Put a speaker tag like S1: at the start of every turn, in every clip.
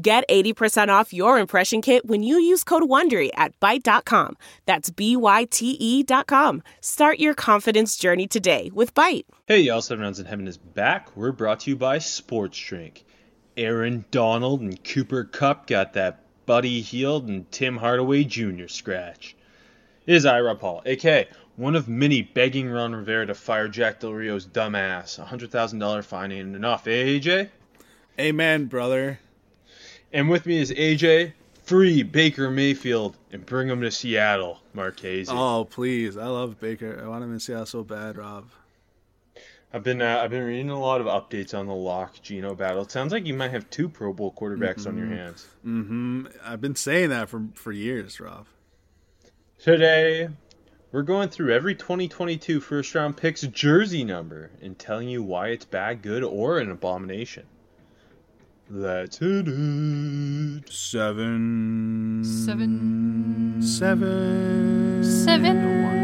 S1: Get 80% off your impression kit when you use code WONDERY at Byte.com. That's B-Y-T-E E dot com. Start your confidence journey today with Byte.
S2: Hey, y'all, Seven Rounds in Heaven is back. We're brought to you by Sports Drink. Aaron Donald and Cooper Cup got that Buddy Heald and Tim Hardaway Jr. scratch. It is Ira Paul, aka one of many begging Ron Rivera to fire Jack Del Rio's dumbass. $100,000 fine ain't enough, eh, AJ?
S3: Amen, brother.
S2: And with me is AJ, free Baker Mayfield, and bring him to Seattle, Marchese.
S3: Oh, please. I love Baker. I want him in Seattle so bad, Rob.
S2: I've been uh, I've been reading a lot of updates on the Lock Geno battle. It sounds like you might have two Pro Bowl quarterbacks on your hands.
S3: hmm I've been saying that for for years, Rob.
S2: Today, we're going through every 2022 first round picks jersey number and telling you why it's bad, good, or an abomination. Let's hit it.
S3: Seven. Seven.
S4: Seven. Seven.
S3: A one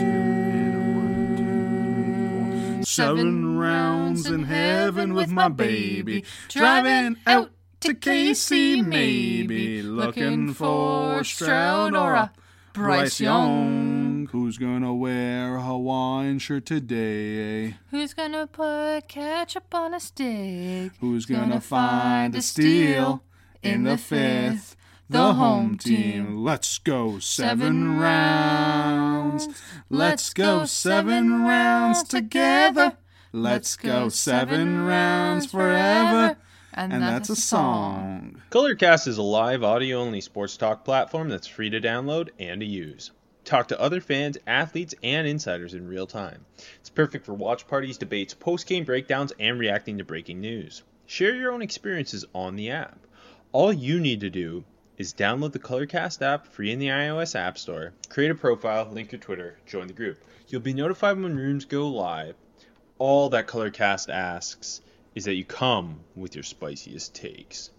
S3: and a two and a one, two, three, four. Seven, rounds in heaven with my baby. Driving out to KC, maybe. Looking for Stroud or a Bryce Young. Who's gonna wear a Hawaiian shirt today?
S4: Who's gonna put ketchup on a stick?
S3: Who's gonna find a steal in the fifth? The home team. Let's go seven rounds. Let's go seven rounds together. Let's go seven rounds forever.
S4: And,
S3: And that's a song.
S2: Colorcast is a live audio only sports talk platform that's free to download and to use. Talk to other fans, athletes, and insiders in real time. It's perfect for watch parties, debates, post game breakdowns, and reacting to breaking news. Share your own experiences on the app. All you need to do is download the Colorcast app free in the iOS App Store, create a profile, link your Twitter, join the group. You'll be notified when rooms go live. All that Colorcast asks is that you come with your spiciest takes.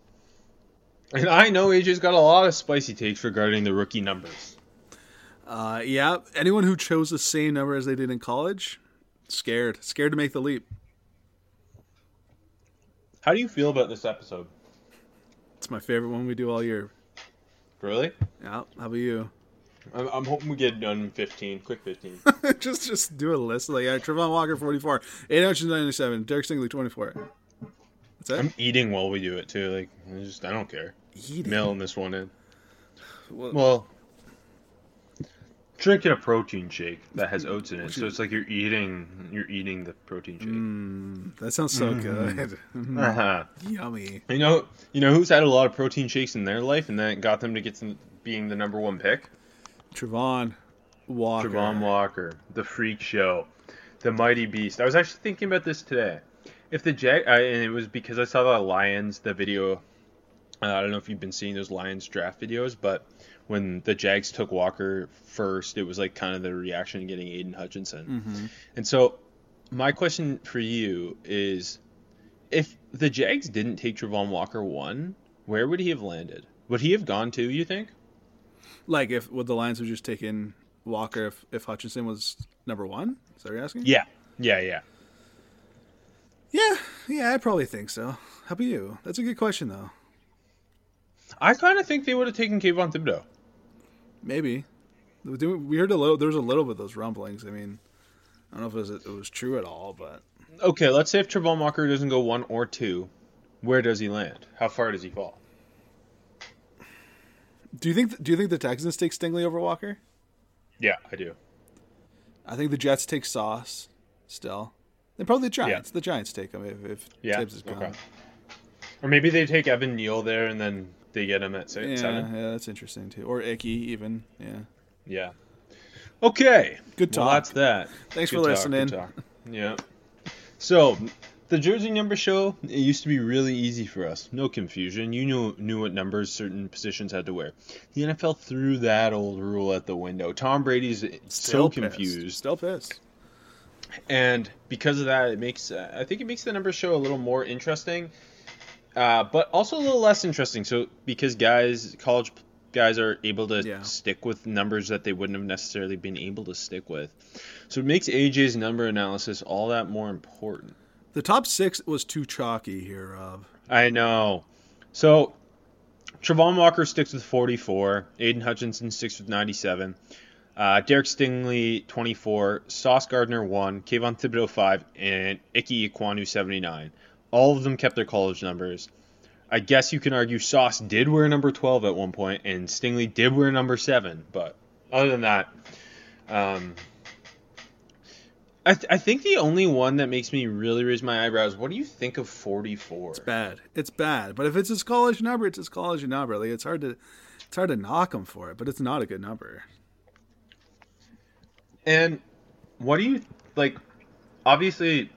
S2: And I know AJ's got a lot of spicy takes regarding the rookie numbers.
S3: Uh, yeah, anyone who chose the same number as they did in college, scared, scared to make the leap.
S2: How do you feel about this episode?
S3: It's my favorite one we do all year.
S2: Really?
S3: Yeah, how about you?
S2: I'm, I'm hoping we get it done in 15, quick 15.
S3: just just do a list like yeah, Trevon Walker forty four, eight hundred ninety seven, Derek Stingley twenty four. That's it.
S2: I'm eating while we do it too. Like, I just I don't care.
S3: Eating.
S2: Mailing this one in.
S3: Well-
S2: Well, drinking a protein shake that has oats in it, so it's like you're eating you're eating the protein shake.
S3: Mm. That sounds so good.
S2: Uh-huh.
S3: Yummy.
S2: You know, you know who's had a lot of protein shakes in their life, and that got them to get to being the number one pick.
S3: Trevon Walker.
S2: Javon Walker, the freak show, the mighty beast. I was actually thinking about this today. If the Jag, I, and it was because I saw the Lions, the video. Uh, I don't know if you've been seeing those Lions draft videos, but when the Jags took Walker first, it was like kind of the reaction to getting Aiden Hutchinson. And so, my question for you is, if the Jags didn't take Javon Walker one, where would he have landed? Would he have gone to? You think?
S3: Like if would the Lions have just taken Walker if, if Hutchinson was number one? Is that what you're asking?
S2: Yeah, yeah, yeah.
S3: Yeah. Yeah, I probably think so. How about you? That's a good question though.
S2: I kind of think they would have taken Kayvon Thibodeau.
S3: Maybe. We do- we heard a little there was a little bit of those rumblings. I mean I don't know if it was, it was true at all, but
S2: Okay, let's say if Travon Walker doesn't go one or two, where does he land? How far does he fall?
S3: do you think do you think the Texans take Stingley over Walker?
S2: Yeah, I do.
S3: I think the Jets take Sauce still. And probably the Giants.
S2: Yeah.
S3: The Giants take him if, if
S2: Yeah,
S3: Tibbs is gone.
S2: okay. Or maybe they take Evan Neal there and then they get him at six,
S3: Yeah,
S2: seven.
S3: yeah, that's interesting too. Or Icky even. Yeah.
S2: Yeah. Okay.
S3: Good
S2: Well,
S3: talk.
S2: that's that. Good
S3: Thanks for
S2: talk, good
S3: listening.
S2: talk. Yeah. So The jersey number show, it used to be really easy for us. No confusion. You knew, knew what numbers certain positions had to wear. The NFL threw that old rule at the window. Tom Brady's so
S3: pissed.
S2: confused.
S3: Still pissed.
S2: and because of that, it makes uh, I think it makes the numbers show a little more interesting, uh, but also a little less interesting. So because guys, college p- guys are able to
S3: Yeah.
S2: stick with numbers that they wouldn't have necessarily been able to stick with, so it makes AJ's number analysis all that more important.
S3: The top six was too chalky here, Rob.
S2: I know. So Travon Walker sticks with 44. Aiden Hutchinson sticks with 97. Uh, Derek Stingley, 24. Sauce Gardner, 1. Kayvon Thibodeau, 5. And Icky Iquanu, 79. All of them kept their college numbers. I guess you can argue Sauce did wear number 12 at one point, and Stingley did wear number 7. But other than that, um, I, th- I think the only one that makes me really raise my eyebrows, what do you think of 44?
S3: Bad. It's bad. But if it's his college number, it's his college number. Like it's hard to, it's hard to knock him for it. But it's not a good number.
S2: And what do you like? Obviously,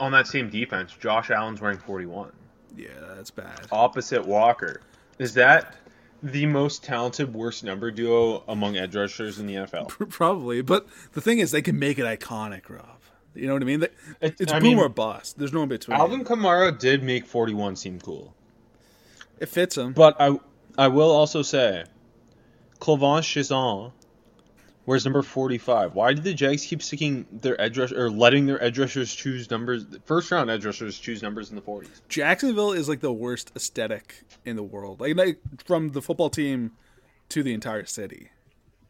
S2: on that same defense, Josh Allen's wearing 41,
S3: Yeah, that's bad.
S2: Oh. opposite Walker. Is that the most talented worst number duo among edge rushers in the NFL?
S3: Probably. But the thing is, they can make it iconic, Rob. You know what I mean? They-
S2: It-
S3: it's
S2: I
S3: boom
S2: mean-
S3: or bust. There's no in between.
S2: Alvin Kamara did make 41 seem cool,
S3: It fits him.
S2: but I I will also say, Clavon Chazon wears number 45. Why did the Jags keep sticking their edge rush or letting their edge rushers choose numbers? First round edge rushers choose numbers in the 40s.
S3: Jacksonville is like the worst aesthetic in the world. Like, like from the football team to the entire city.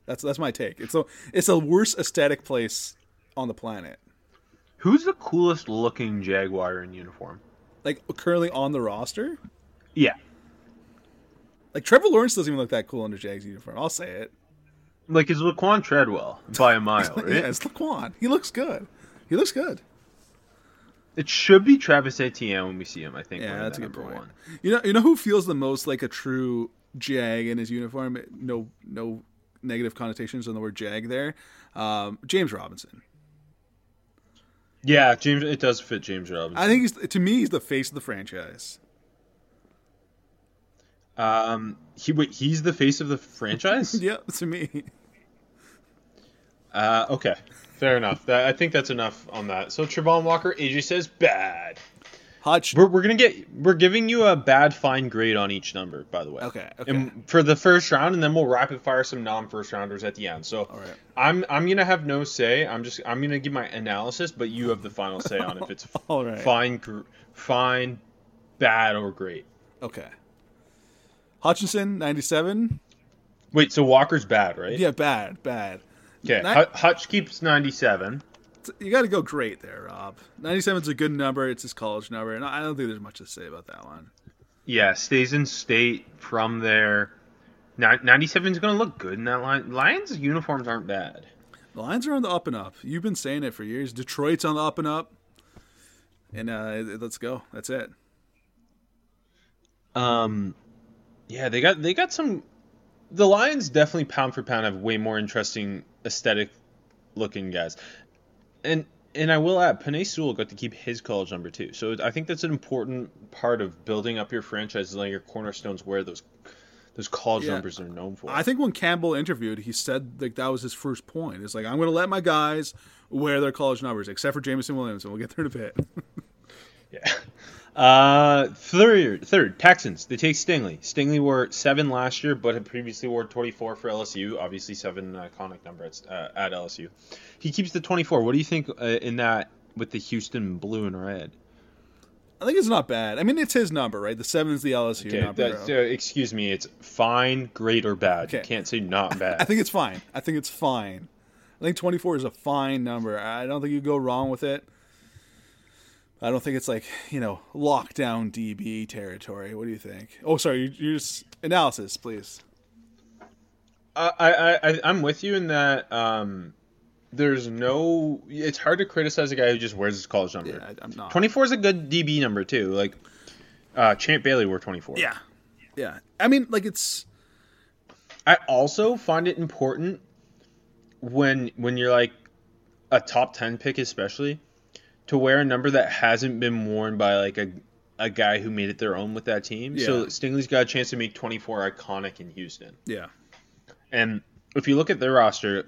S3: That's that's my take. It's the it's the worst aesthetic place on the planet.
S2: Who's the coolest looking Jaguar in uniform?
S3: Like currently on the roster.
S2: Yeah.
S3: Like Trevor Lawrence doesn't even look that cool under Jags uniform. I'll say it.
S2: Like is Laquan Treadwell by a mile, right?
S3: Yeah, it's Laquan. He looks good. He looks good.
S2: It should be Travis Etienne when we see him, I think.
S3: Yeah,
S2: wearing
S3: that's a
S2: that
S3: good
S2: number
S3: point. You know, you know who feels the most like a true jag in his uniform? No, no negative connotations on the word jag there. Um, James Robinson.
S2: Yeah, James it does fit James Robinson.
S3: I think he's to me he's the face of the franchise.
S2: um he wait, he's the face of the franchise?
S3: Yeah, to me.
S2: Uh okay. Fair enough. That, I think that's enough on that. So Trevon Walker, AJ says bad.
S3: Hutch.
S2: We're, we're gonna get we're giving you a bad fine grade on each number, by the way.
S3: Okay, okay.
S2: And for the first round, and then we'll rapid fire some non first rounders at the end. So
S3: right.
S2: I'm I'm gonna have no say. I'm just I'm gonna give my analysis, but you have the final say on if it's
S3: All right.
S2: fine, gr- fine, bad, or great.
S3: Okay. Hutchinson, ninety-seven.
S2: Wait, so Walker's bad, right?
S3: Yeah, bad, bad.
S2: Okay.
S3: Ni-
S2: Hut- Hutch keeps 97.
S3: You got to go great there, Rob. Ninety-seven's a good number. It's his college number, and I don't think there's much to say about that one.
S2: Yeah, stays in state from there. Ni- 97's gonna look good in that line. Lions uniforms aren't bad.
S3: The Lions are on the up and up. You've been saying it for years. Detroit's on the up and up. And uh, let's go. That's it.
S2: Um, yeah, they got they got some. The Lions definitely pound for pound have way more interesting aesthetic looking guys, and and I will add, Panay Sewell got to keep his college number too. So I think that's an important part of building up your franchise, is letting your cornerstones wear those those college
S3: Yeah.
S2: numbers are known for.
S3: I think when Campbell interviewed, he said like that was his first point. It's like I'm going to let my guys wear their college numbers, except for Jamison Williams, and we'll get there in a bit.
S2: Yeah. Uh, third, third Texans. They take Stingley. Stingley wore seven last year, but had previously wore 24 for LSU. Obviously, seven an iconic number at, uh, at LSU. He keeps the 24. What do you think uh, in that with the Houston blue and red?
S3: I think it's not bad. I mean, it's his number, right? The seven's the LSU
S2: Okay,
S3: number.
S2: that's-
S3: bro.
S2: uh, excuse me. It's fine, great, or bad. You
S3: Okay.
S2: can't say not bad.
S3: I think it's fine. I think it's fine. I think 24 is a fine number. I don't think you go wrong with it. I don't think it's like, you know, lockdown DB territory. What do you think? Oh, sorry. You, you just analysis, please.
S2: Uh, I, I, I, I'm with you in that. Um, there's no. It's hard to criticize a guy who just wears his college number.
S3: Yeah, I- I'm not.
S2: 24 is a good DB number too. Like, uh, Champ Bailey wore 24.
S3: Yeah. Yeah. I mean, like it's
S2: I also find it important when when you're like a top 10 pick, especially to wear a number that hasn't been worn by like a a guy who made it their own with that team. So
S3: Yeah.
S2: Stingley's got a chance to make 24 iconic in Houston.
S3: Yeah.
S2: And if you look at their roster,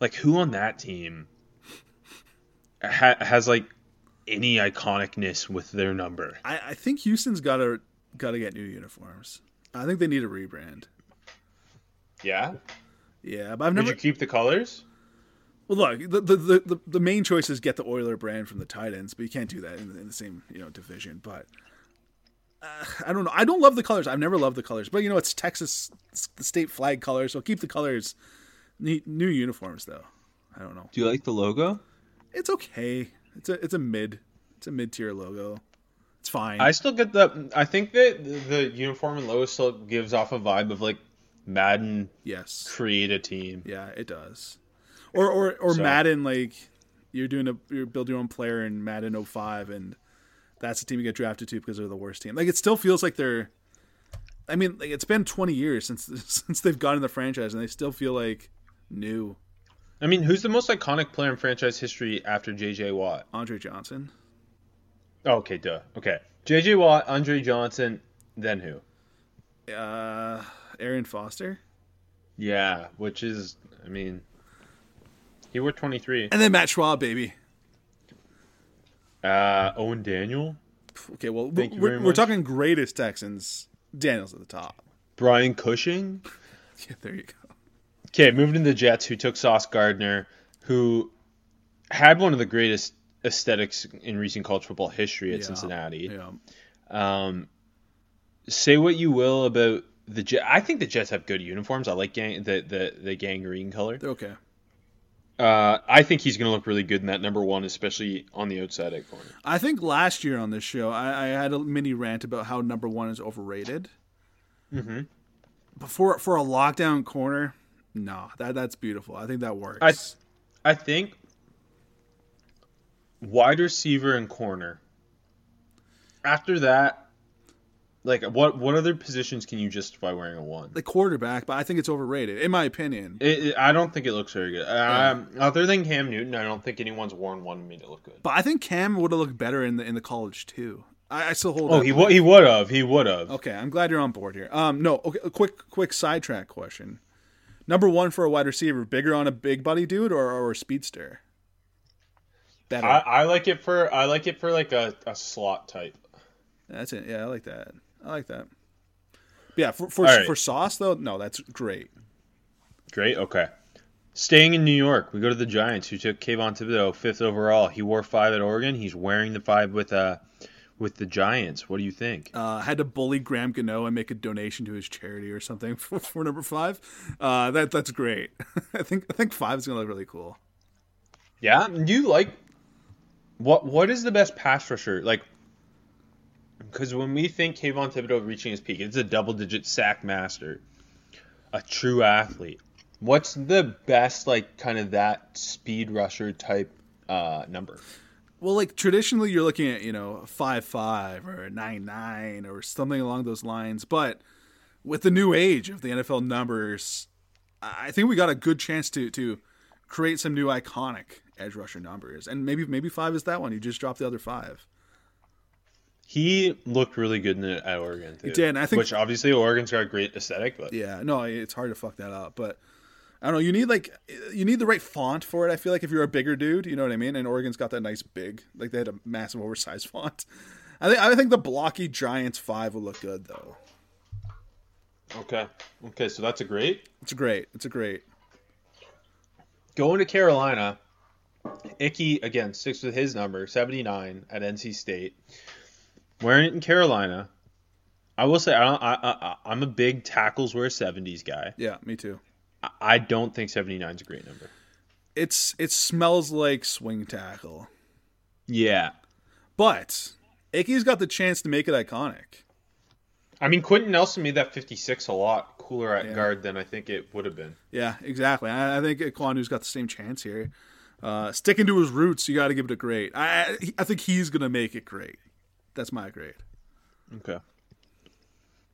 S2: like who on that team ha- has like any iconicness with their number?
S3: I, I think Houston's got to got to get new uniforms. I think they need a rebrand.
S2: Yeah.
S3: Yeah, but I've
S2: Would
S3: never.
S2: you keep the colors?
S3: Well, look, the, the the the- the main choice is get the Oiler brand from the Titans, but you can't do that in, the- in the same you know division. But uh, I don't know. I don't love the colors. I've never loved the colors, but you know it's Texas, it's the state flag colors. So keep the colors. Need new uniforms though. I don't know.
S2: Do you like the logo?
S3: It's okay. It's a it's a mid it's a mid tier logo. It's fine.
S2: I still get the. I think that the- the uniform and logo still gives off a vibe of like Madden
S3: yes.
S2: create a team.
S3: Yeah, it does. Or or or
S2: So-
S3: Madden like you're doing a you build your own player in Madden 05 and that's the team you get drafted to because they're the worst team. Like it still feels like they're I mean, like it's been 20 years since since they've gotten the franchise and they still feel like new
S2: I mean, who's the most iconic player in franchise history after J.J. Watt? Oh,
S3: Andre Johnson.
S2: Okay, duh. Okay, J.J. Watt, Andre Johnson, then who?
S3: Uh Aaron Foster.
S2: Yeah, which is, I mean, he wore 23.
S3: And then Matt Schwab, baby.
S2: Uh, Owen Daniel,
S3: Okay, well
S2: Thank you
S3: we're,
S2: very
S3: we're
S2: much.
S3: talking greatest Texans. Daniels at the top.
S2: Brian Cushing.
S3: Yeah, there you go.
S2: Okay, moving to the Jets, who took Sauce Gardner, who had one of the greatest aesthetics in recent college football history at
S3: Yeah.
S2: Cincinnati.
S3: Yeah.
S2: Um, say what you will about the Jets. I think the Jets have good uniforms. I like gang- the, the, the gangrene color.
S3: They're okay.
S2: Uh, I think he's going to look really good in that number one, especially on the outside at corner.
S3: I think last year on this show, I, I had a mini rant about how number one is overrated. Mm-hmm. But for, for a lockdown corner, no, that that's beautiful. I think that works.
S2: I- I think wide receiver and corner. After that, like what what other positions can you justify wearing a one?
S3: the quarterback, but I think it's overrated in my opinion.
S2: It, it- I don't think it looks very good. Um, Other than Cam Newton, I don't think anyone's worn one and made it look good.
S3: But I think Cam would have looked better in the in the college too. I, I still hold.
S2: Oh,
S3: that
S2: he
S3: belief.
S2: would he would have he would have.
S3: Okay, I'm glad you're on board here. Um, no, okay, a quick quick sidetrack question. Number one for a wide receiver, bigger on a big body dude or or a speedster? Better.
S2: I, I like it for I like it for like a, a slot type.
S3: That's it. Yeah, I like that. I like that. But yeah, for for,
S2: All right.
S3: for sauce though, no, that's great.
S2: Great. Okay. Staying in New York, we go to the Giants, who took Kayvon Thibodeau fifth overall. He wore five at Oregon. He's wearing the five with uh with the Giants. What do you think?
S3: Uh, had to bully Graham Gano and make a donation to his charity or something for, for number five. Uh, that that's great. I think I think five is gonna look really cool.
S2: Yeah, do you like what? What is the best pass rusher like? Because when we think Kayvon Thibodeau reaching his peak, it's a double-digit sack master, a true athlete. What's the best like kind of that speed rusher type uh, number?
S3: Well, like traditionally, you're looking at you know five five or nine nine or something along those lines. But with the new age of the NFL numbers, I I think we got a good chance to to create some new iconic edge rusher numbers. And maybe maybe five is that one. You just dropped the other five.
S2: He looked really good in it at Oregon. Too,
S3: did, and I think-
S2: which obviously Oregon's got a great aesthetic, but
S3: Yeah, no, it's hard to fuck that up, but. I don't know. You need like you need the right font for it. I feel like if you're a bigger dude, you know what I mean. And Oregon's got that nice big, like they had a massive oversized font. I think I think the blocky Giants five would look good though.
S2: okay, okay, so that's a great.
S3: It's great. It's a great.
S2: going to Carolina, Icky again sticks with his number, 79 at NC State. Wearing it in Carolina, I will say I don't, I, I I'm a big tackles wear 70s guy.
S3: Yeah, me too.
S2: I- I don't think 79 is a great number.
S3: It's it smells like swing tackle,
S2: Yeah,
S3: but Icky's got the chance to make it iconic.
S2: I mean Quentin Nelson made that 56 a lot cooler at
S3: Yeah.
S2: guard than I think it would have been.
S3: Yeah, exactly. I, I think Kwanu's got the same chance here. Uh, sticking to his roots, you got to give it a great. I I- I think he's gonna make it great. That's my grade.
S2: Okay.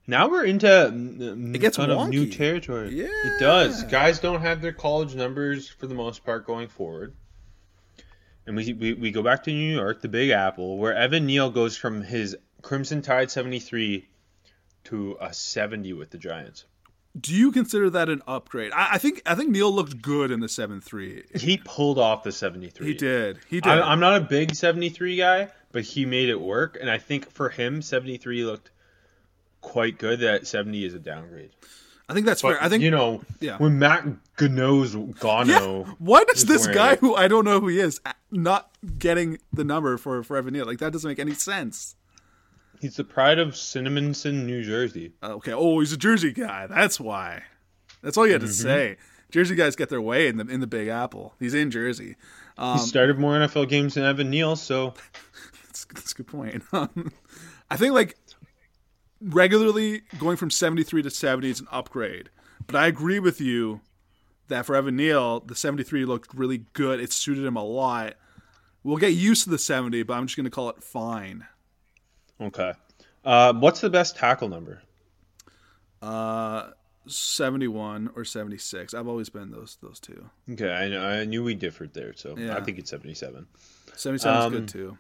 S2: Now we're into um,
S3: gets
S2: kind of new
S3: wonky.
S2: territory.
S3: Yeah.
S2: It does. Guys don't have their college numbers for the most part going forward. and we, we, we go back to New York, the Big Apple, where Evan Neal goes from his Crimson Tide 73 to a 70 with the Giants.
S3: Do you consider that an upgrade? I, I think I think Neal looked good in the seven three.
S2: He pulled off the 73.
S3: He did. He did.
S2: I, I'm not a big 73 guy, but he made it work. And I think for him, 73 looked quite good. That 70 is a downgrade.
S3: I think that's
S2: But,
S3: fair. I think
S2: you know,
S3: yeah.
S2: when Matt Gano's Gano.
S3: Yeah. Why does
S2: is
S3: this
S2: wearing
S3: guy
S2: it.
S3: who I don't know who he is not getting the number for for Evan Neal? Like that doesn't make any sense.
S2: He's the pride of Cinnamonson, New Jersey.
S3: Uh, okay. Oh, he's a Jersey guy. That's why. That's all you
S2: Mm-hmm.
S3: had to say. Jersey guys get their way in the in the Big Apple. He's in Jersey. Um,
S2: he started more NFL games than Evan Neal, so
S3: That's, that's a good point. Um, I think like regularly going from 73 to 70 is an upgrade. But I agree with you that for Evan Neal, the 73 looked really good. It suited him a lot. We'll get used to the 70, but I'm just going to call it fine.
S2: okay. Uh, what's the best tackle number?
S3: 71 Uh, or 76. I've always been those those two.
S2: Okay, I, know, I knew we differed there, so I
S3: Yeah.
S2: think it's 77.
S3: 77 is
S2: Um,
S3: good too.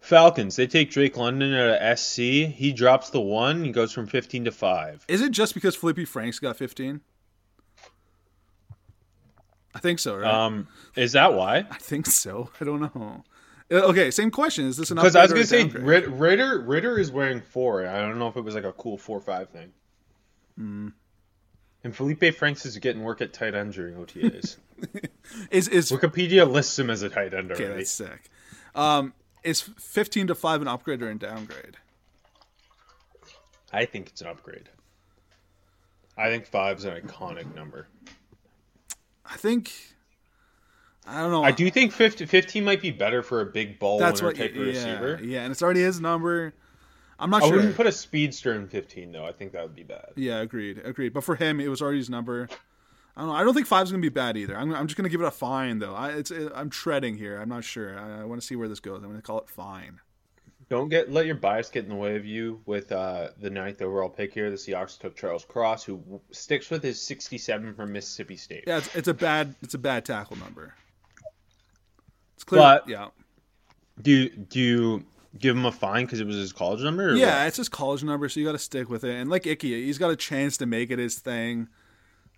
S2: Falcons, they take Drake London out of SC. He drops the one. He goes from 15 to 5.
S3: Is it just because Flippy Franks got 15? I think so, right?
S2: Um, is that why?
S3: I think so. I don't know. Uh, Okay, same question. Is this an
S2: Because I was
S3: upgrade or
S2: gonna say
S3: a downgrade?
S2: Rit- Ritter. Ritter is wearing four. I don't know if it was like a cool four-five thing.
S3: Mm.
S2: And Felipe Franks is getting work at tight end during OTAs.
S3: Is is
S2: Wikipedia lists him as a tight end
S3: okay?
S2: already.
S3: That's sick. Um, is fifteen to five an upgrade or a downgrade?
S2: I think it's an upgrade. I think five's an iconic number.
S3: I think. I don't know.
S2: I do think 50, 15 might be better for a big ball
S3: That's
S2: winner
S3: what.
S2: type of
S3: Yeah,
S2: receiver.
S3: yeah, and it's already his number. I'm not
S2: I
S3: sure.
S2: wouldn't put a speedster in 15 though. I think that would be bad.
S3: yeah, agreed, agreed. But for him, it was already his number. I don't know. I don't think five's gonna be bad either. I'm, I'm just gonna give it a fine though. I, it's I'm treading here. I'm not sure. I, I want to see where this goes. I'm gonna call it fine.
S2: Don't get let your bias get in the way of you with uh, the ninth overall pick here. The Seahawks took Charles Cross, who w- sticks with his 67 from Mississippi State.
S3: Yeah, it's, it's a bad it's a bad tackle number. It's clear.
S2: But-
S3: yeah.
S2: Do you, do you give him a fine because it was his college number? Or
S3: Yeah,
S2: what?
S3: it's his college number, so you got to stick with it. And like Icky, he's got a chance to make it his thing.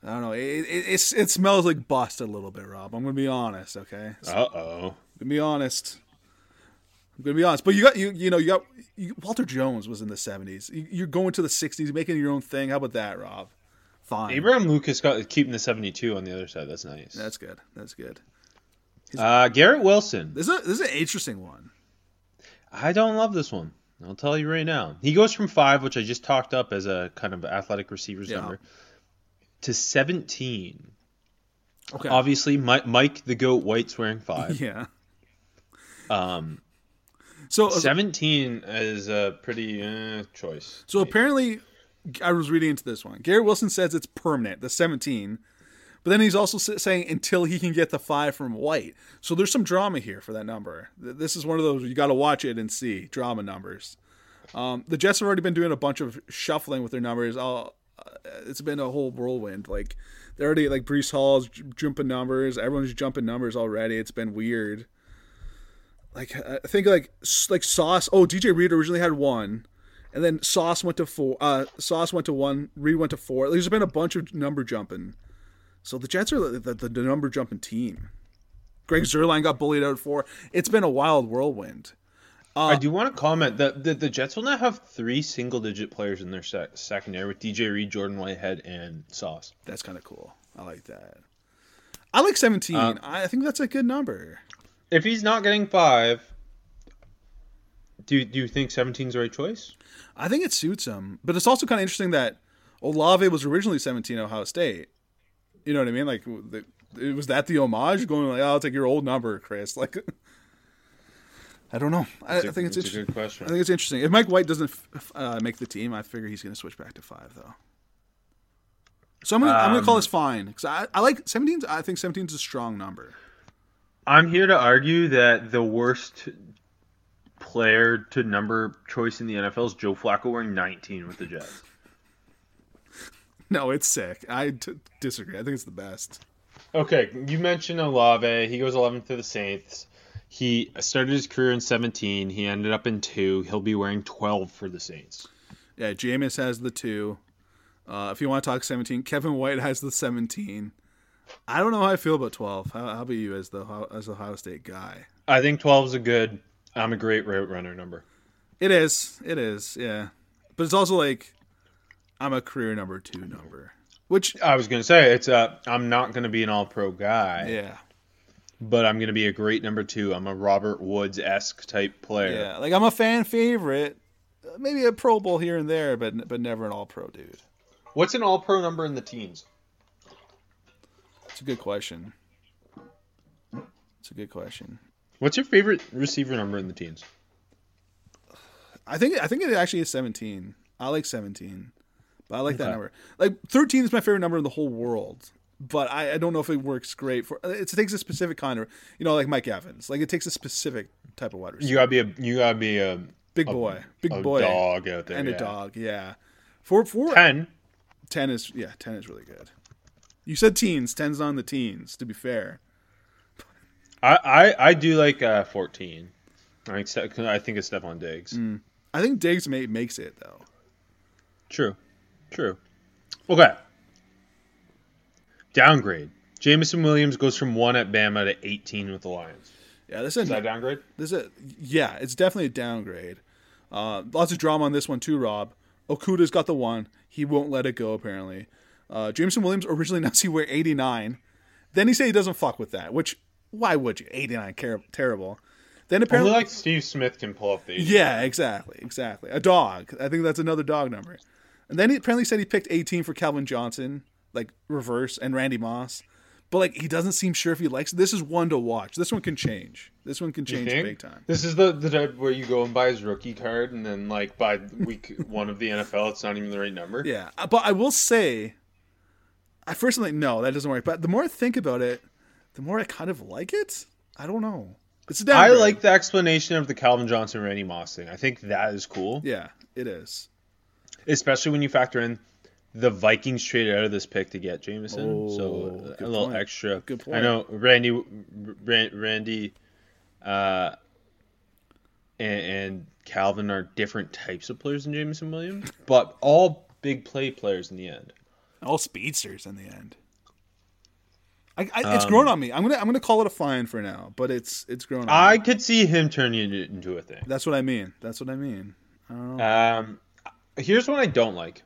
S3: I don't know. It, it, it's, it smells like bust a little bit, Rob. I'm gonna be honest, okay? I'm
S2: Uh oh.
S3: gonna be honest. I'm gonna be honest. But you got you you know you got you, Walter Jones was in the '70s. You, you're going to the '60s, making your own thing. How about that, Rob? Fine.
S2: Abraham Lucas got keeping the 72 on the other side. That's nice.
S3: That's good. That's good.
S2: uh, Garrett Wilson.
S3: This is a, this is an interesting one.
S2: I don't love this one. I'll tell you right now. He goes from five, which I just talked up as a kind of athletic receiver's
S3: Yeah.
S2: number, to 17.
S3: Okay.
S2: Obviously, Mike, Mike the Goat White's wearing five.
S3: Yeah.
S2: Um,
S3: So
S2: 17 is a pretty uh, choice.
S3: So apparently, I was reading into this one. Garrett Wilson says it's permanent, the 17. But then he's also s- saying until he can get the five from White. So there's some drama here for that number. Th- This is one of those you got to watch it and see drama numbers. Um, the Jets have already been doing a bunch of shuffling with their numbers. All uh, it's been a whole whirlwind. Like they're already like Brees Hall's j- jumping numbers. Everyone's jumping numbers already. It's been weird. Like I I think like s- like Sauce. Oh, DJ Reed originally had one. And then Sauce went to four. Uh, Sauce went to one. Reed went to four. There's been a bunch of number jumping. So the Jets are the, the, the number jumping team. Greg Zerline got bullied out at four. It's been a wild whirlwind.
S2: I do want to comment that the, the Jets will now have three single digit players in their sec- secondary with DJ Reed, Jordan Whitehead, and Sauce.
S3: That's kind of cool. I like that. I like 17. I I think that's a good number.
S2: If he's not getting five, do, do you think 17 is the right choice?
S3: I think it suits him. But it's also kind of interesting that Olave was originally 17 at Ohio State. You know what I mean? Like, the, was that the homage going like, oh, it's like your old number, Chris? Like, I don't know. I, I
S2: It's a-
S3: think it's,
S2: it's a
S3: interesting.
S2: good question.
S3: I think it's interesting. If Mike White doesn't f- f- uh, make the team, I figure he's going to switch back to five though. So I'm gonna, I'm
S2: Um,
S3: gonna call this fine because I, I like 17. I think 17 is a strong number.
S2: I'm here to argue that the worst player to number choice in the NFL is Joe Flacco wearing 19 with the Jets.
S3: No, it's sick. I t- disagree. I think it's the best.
S2: Okay, you mentioned Olave. He goes 11 to the Saints. He started his career in 17. He ended up in two. He'll be wearing 12 for the Saints.
S3: Yeah, Jameis has the two. Uh, if you want to talk 17, Kevin White has the 17. I don't know how I feel about 12. How, how about you as the Ohio- as the Ohio State guy?
S2: I think 12 is a good, I'm a great route runner number.
S3: It is. It is. Yeah. But it's also like I'm a career number two number, which
S2: I was going to say, it's a, I'm not going to be an all pro guy,
S3: yeah,
S2: but I'm going to be a great number two. I'm a Robert Woods esque type player.
S3: yeah. Like I'm a fan favorite, Uh, maybe a Pro Bowl here and there, but but never an All Pro dude.
S2: What's an all pro number in the teens?
S3: It's a good question. It's a good question.
S2: What's your favorite receiver number in the teens?
S3: I think I think it actually is 17. I like 17, but I like that
S2: Okay.
S3: number. Like 13 is my favorite number in the whole world, but I, I don't know if it works great for. uh, It takes a specific kind of you know like Mike Evans. Like it takes a specific type of wide receiver.
S2: You gotta be a you gotta be a
S3: big
S2: a-
S3: boy, big
S2: a
S3: boy,
S2: dog out there
S3: and
S2: yeah.
S3: a dog. Yeah, four four
S2: Ten.
S3: 10 is yeah 10 is really good you said teens 10's on the teens to be fair
S2: I I, I do like uh, fourteen. I think Ste- I think it's Stephon Diggs.
S3: Mm. i think diggs may, makes it though
S2: True, true. Okay. Downgrade. Jamison Williams goes from one at Bama to eighteen with the Lions.
S3: yeah this is,
S2: Is that a downgrade?
S3: this is yeah it's definitely a downgrade uh, lots of drama on this one too rob okuda's got the one he won't let it go apparently uh, jameson williams originally announced he wear 89 then he said he doesn't fuck with that which why would you 89 car- terrible then
S2: Only
S3: apparently
S2: like Steve Smith can pull off these.
S3: Yeah, exactly, exactly. A dog. I think that's another dog number. And then he apparently said he picked 18 for Calvin Johnson, like reverse, and Randy Moss. But like he doesn't seem sure if he likes. This is one to watch. This one can change. This one can
S2: You
S3: change
S2: think?
S3: big time.
S2: This is the, the type where you go and buy his rookie card, and then like by week one of the NFL, it's not even the right number.
S3: Yeah, uh, but I will say, at first I'm like, no, that doesn't work. But the more I think about it, the more I kind of like it. I don't know. It's a
S2: I
S3: downgrade.
S2: like the explanation of the Calvin Johnson Randy Moss thing. I think that is cool,
S3: Yeah, it is.
S2: especially when you factor in the Vikings traded out of this pick to get Jameson.
S3: Oh,
S2: so a
S3: good
S2: little
S3: point.
S2: extra.
S3: Good
S2: I
S3: point.
S2: know Randy, Ran- Randy, uh, and, and Calvin are different types of players than Jameson Williams, but all big play players in the end.
S3: all speedsters in the end. I, I,
S2: Um,
S3: it's grown on me. I'm gonna I'm gonna call it a fine for now, but it's it's grown. On
S2: I
S3: me.
S2: could see him turning it into a thing.
S3: that's what I mean. That's what I mean.
S2: Um, here's one I don't like.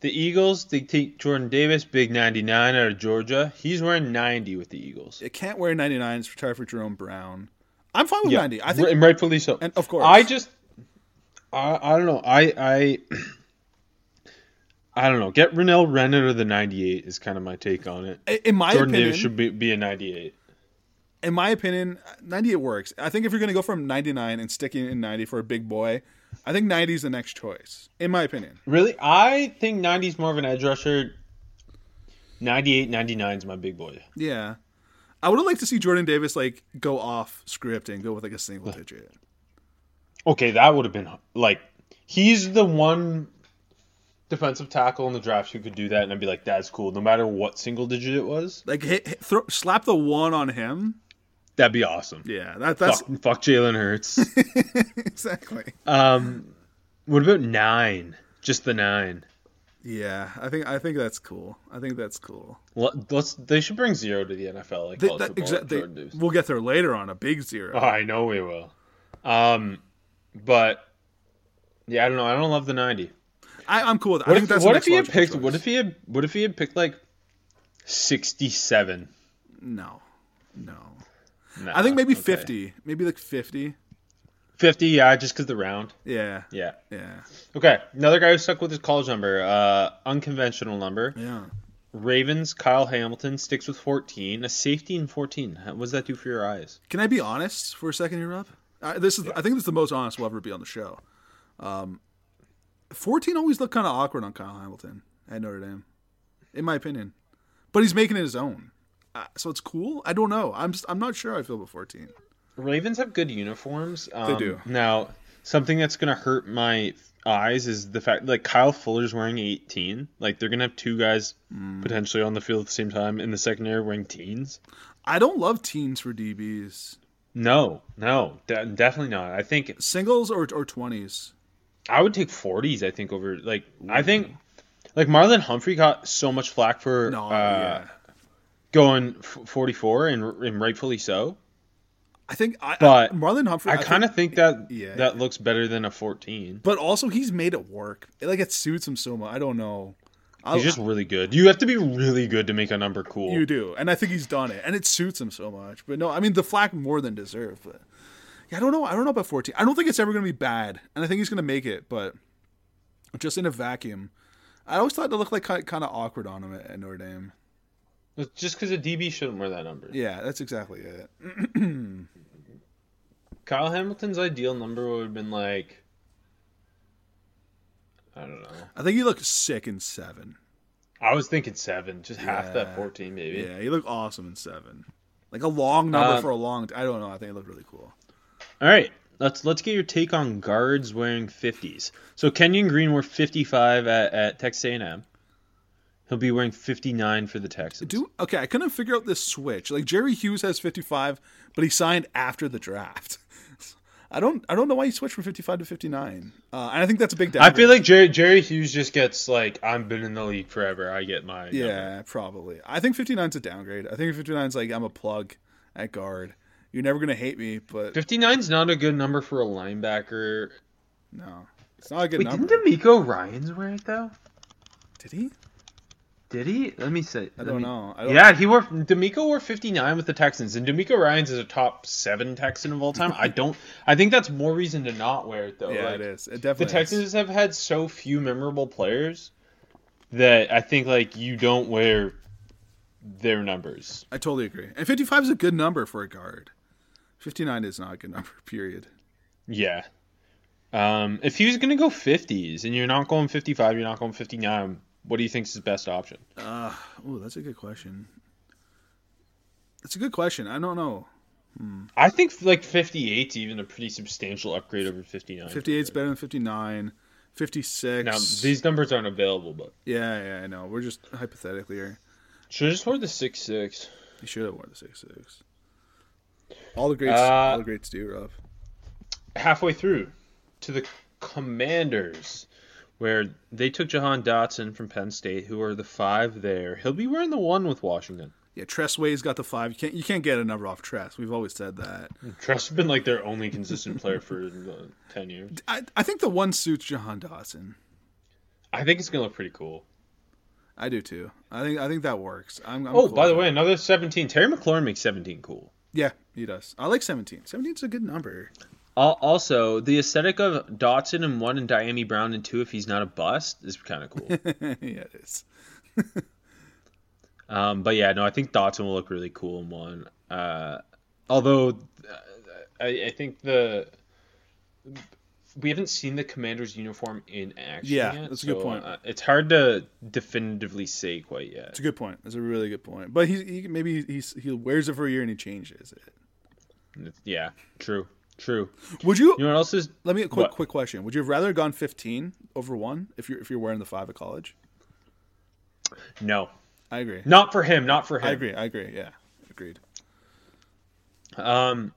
S2: The Eagles, they take Jordan Davis, big 99 out of Georgia. He's wearing 90 with the Eagles.
S3: It can't wear 99s for try for Jerome Brown. I'm fine with 90. I
S2: Ri-
S3: think
S2: and rightfully so.
S3: And of course.
S2: I just, I, I don't know. I, I, I don't know. Get Rennell Renner to the 98 is kind of my take on it.
S3: in my
S2: Jordan
S3: opinion,
S2: Davis should be, be a 98.
S3: in my opinion, 98 works. I think if you're gonna go from 99 and sticking in 90 for a big boy, I think 90 is the next choice. In my opinion,
S2: Really? I think 90 is more of an edge rusher. 98, 99 is my big boy.
S3: yeah. I would have liked to see Jordan Davis like go off script and go with like a single digit.
S2: Okay, that would have been like he's the one defensive tackle in the draft who could do that, and I'd be like, that's cool. No matter what single digit it was,
S3: Like hit, hit, throw, slap the one on him.
S2: that'd be awesome.
S3: Yeah, that, that's
S2: fuck, fuck Jalen Hurts.
S3: exactly.
S2: um, what about nine? Just the nine.
S3: Yeah, I think I think that's cool. I think that's cool.
S2: Let- Let's. They should bring zero to the NFL. Like
S3: They-
S2: college
S3: that-
S2: football,
S3: exa- they-
S2: Jordan Davis.
S3: we'll get there later on a big zero.
S2: Oh, I know we will. Um, but yeah, I don't know. I don't love the ninety.
S3: I, I'm cool with that.
S2: What
S3: I think
S2: if,
S3: that's
S2: what
S3: the
S2: if he had
S3: next
S2: picked?
S3: logical
S2: What
S3: choice.
S2: if he had? What if he had picked like sixty-seven?
S3: No, no.
S2: No,
S3: I think maybe
S2: okay.
S3: fifty. Maybe like fifty.
S2: 50, yeah, just because the round.
S3: Yeah,
S2: Yeah.
S3: yeah,
S2: Okay, another guy who stuck with his college number, uh, unconventional number.
S3: yeah.
S2: Ravens, Kyle Hamilton sticks with 14, a safety in 14. How- What does that do for your eyes?
S3: Can I be honest for a second here, Rob? I, this is. I think this is the most honest we'll ever be on the show. Um, fourteen always looked kind of awkward on Kyle Hamilton at Notre Dame, in my opinion. But he's making it his own, uh, so it's cool. I don't know. I'm just. I'm not sure. how I feel about fourteen.
S2: Ravens have good uniforms. Um,
S3: do.
S2: Now, something that's going to hurt my eyes is the fact like Kyle Fuller's wearing 18. Like they're gonna have two guys
S3: Mm.
S2: potentially on the field at the same time in the secondary wearing teens.
S3: I don't love teens for DBs.
S2: No, no, de- definitely not. I think
S3: Singles or or twenties.
S2: I would take 40s. I think over like I think like Marlon Humphrey got so much flack for
S3: No,
S2: uh,
S3: yeah.
S2: going f- 44 and, and rightfully so.
S3: I think I,
S2: But
S3: I Uh, Marlon Humphrey.
S2: I kind of think that
S3: yeah,
S2: that
S3: yeah.
S2: looks better than a 14.
S3: but also he's made it work. It, like it suits him so much. I don't know. I,
S2: He's just really good. You have to be really good to make a number cool.
S3: you do, and I think he's done it, and it suits him so much. But no, I mean the flack more than deserved. But yeah, I don't know. I don't know about fourteen. I don't think it's ever going to be bad, and I think he's going to make it. But just in a vacuum, I always thought it looked like kind of awkward on him at, at Notre Dame.
S2: It's Just because a DB shouldn't wear that number.
S3: Yeah, that's exactly it.
S2: Kyle Hamilton's ideal number would have been like, I don't know.
S3: I think he looked sick in seven.
S2: I was thinking seven, just half that
S3: Yeah.
S2: 14 maybe.
S3: Yeah, he looked awesome in seven. Like a long number
S2: Um,
S3: for a long. I I don't know. I think it looked really cool.
S2: All right, let's let's get your take on guards wearing 50s. So Kenyon Green wore 55 at, at Texas A&M. He'll be wearing 59 for the Texans.
S3: Do okay. I couldn't figure out this switch. Like Jerry Hughes has fifty five, but he signed after the draft. I don't. I don't know why he switched from fifty five to fifty nine. Uh, and I think that's a big.
S2: I
S3: Downgrade.
S2: feel like Jerry, Jerry Hughes just gets like I've been in the league forever. I get my number."
S3: Yeah, probably. I think 59's a downgrade. I think 59's like I'm a plug at guard. You're never gonna hate me, but
S2: 59's not a good number for a linebacker.
S3: no, it's not a good
S2: Wait,
S3: number.
S2: didn't D'Amico Ryan's wear it though?
S3: Did he?
S2: Did he? Let me see.
S3: I don't know. I don't,
S2: Yeah, he wore D'Amico wore 59 with the Texans, and D'Amico Ryan's is a top seven Texan of all time. I don't. I think that's more reason to not wear it though.
S3: Yeah,
S2: Like,
S3: it is. It
S2: The
S3: definitely. is.
S2: Texans have had so few memorable players that I think like you don't wear their numbers.
S3: I totally agree. And 55 is a good number for a guard. 59 is not a good number, period.
S2: Yeah. Um, if he was gonna go 50s, and you're not going 55, you're not going 59. What do you think is his best option?
S3: Oh, that's a good question. That's a good question. I don't know.
S2: I think like 58's even a pretty substantial upgrade over 59.
S3: 58's better than 59. 56.
S2: Now these numbers aren't available, but
S3: yeah, yeah, I know. We're just hypothetically here.
S2: should I just wear the six six.
S3: You should have worn the six six. All the greats,
S2: Uh,
S3: all the greats do, Rob.
S2: halfway through to the Commanders, where they took Jahan Dotson from Penn State, who are the five there. He'll be wearing the one with Washington.
S3: Yeah, Tressway's got the five. You can't, you can't get a number off Tress. We've always said that.
S2: Trust has been like their only consistent player for the ten years.
S3: I, I think the one suits Jahan Dawson.
S2: I think it's gonna look pretty cool.
S3: I do too. I think I think that works. I'm, I'm
S2: Oh,
S3: cool
S2: by the
S3: with
S2: way, another seventeen. Terry McLaurin makes seventeen cool.
S3: it. yeah, he does. I like 17. 17's a good number.
S2: Al- Also, the aesthetic of Dotson and one and Diami Brown and two, if he's not a bust, is kind of cool.
S3: yeah, it is.
S2: Um, but yeah, no, I think Dotson will look really cool in one. Uh, although uh, I, I think the we haven't seen the commander's uniform in action.
S3: Yeah,
S2: yet,
S3: that's a good
S2: so,
S3: point.
S2: uh, it's hard to definitively say quite yet.
S3: It's a good point. It's a really good point. But he, he maybe he's, he wears it for a year and he changes it.
S2: Yeah, true, true.
S3: Would you?
S2: You know what else is?
S3: let me a quick
S2: what?
S3: quick question. Would you have rather gone 15 over one if you're if you're wearing the five at college?
S2: No,
S3: I agree.
S2: not for him. Not for him.
S3: I agree. I agree. Yeah, agreed.
S2: Um,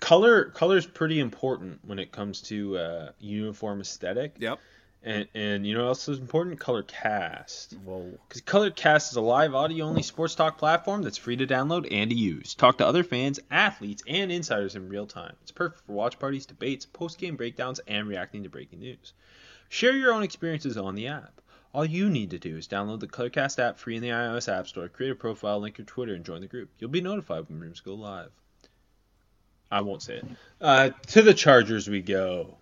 S2: color color's pretty important when it comes to uh, uniform aesthetic.
S3: Yep.
S2: And and you know what else is important? Color cast.
S3: Whoa.
S2: Because Colorcast is a live audio only sports talk platform that's free to download and to use. Talk to other fans, athletes, and insiders in real time. It's perfect for watch parties, debates, post game breakdowns, and reacting to breaking news. Share your own experiences on the app. All you need to do is download the Colorcast app free in the iOS App Store, create a profile, link your Twitter, and join the group. You'll be notified when rooms go live. I won't say it. Uh, to the Chargers we go.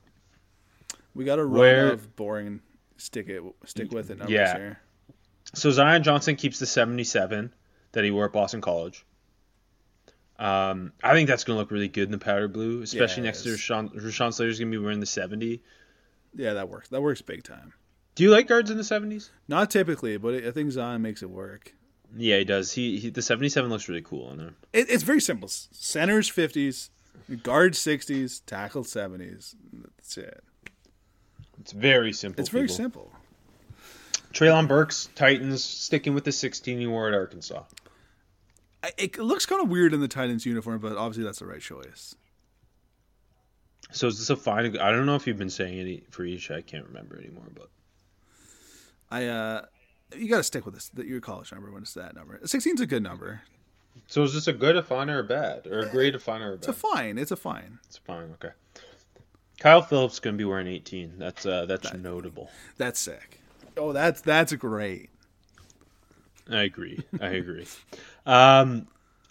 S3: We got a run
S2: Where-
S3: of boring. Stick it. Stick with it. Numbers
S2: Yeah.
S3: Here.
S2: So Zion Johnson keeps the 77 that he wore at Boston College. Um, I think that's going to look really good in the powder blue, especially
S3: Yeah,
S2: next to
S3: it is.
S2: Rashawn. Rashawn Slater's going to be wearing the 70.
S3: Yeah, that works. That works big time.
S2: Do you like guards in the 70s?
S3: Not typically, but I think Zion makes it work.
S2: Yeah, he does. He, he the 77 looks really cool on him.
S3: It, it's very simple. S- Centers fifties, guard sixties, tackle seventies. That's it.
S2: It's very simple.
S3: It's very
S2: people.
S3: simple.
S2: Traylon Burks, Titans, sticking with the 16 he wore at Arkansas.
S3: I- It looks kind of weird in the Titans uniform, but obviously that's the right choice.
S2: So is this a fine? I don't know if you've been saying any for each. I can't remember anymore, but
S3: I uh, you got to stick with this. That your college number. When it's that number, 16's a good number.
S2: so is this a good a fine or a bad or a great a fine or a
S3: It's a
S2: bad?
S3: fine. It's a fine.
S2: It's fine. Okay. Kyle Phillips gonna be wearing 18. That's uh that's notable.
S3: That's sick. Oh, that's that's great.
S2: I agree. I agree. um,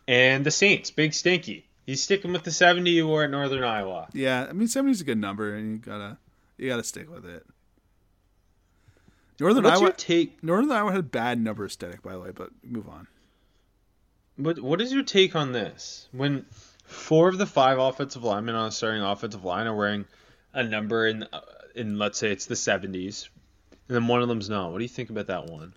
S2: and the Saints, big stinky. He's sticking with the 70 you wore at Northern Iowa.
S3: Yeah, I mean, 70's a good number, and you gotta you gotta stick with it. Northern
S2: What's
S3: Iowa.
S2: your take?
S3: Northern Iowa had a bad number aesthetic, by the way, but move on.
S2: What what is your take on this? When four of the five offensive linemen on a starting offensive line are wearing a number in uh, in let's say it's the 70s, and then one of them's not. What do you think about that one?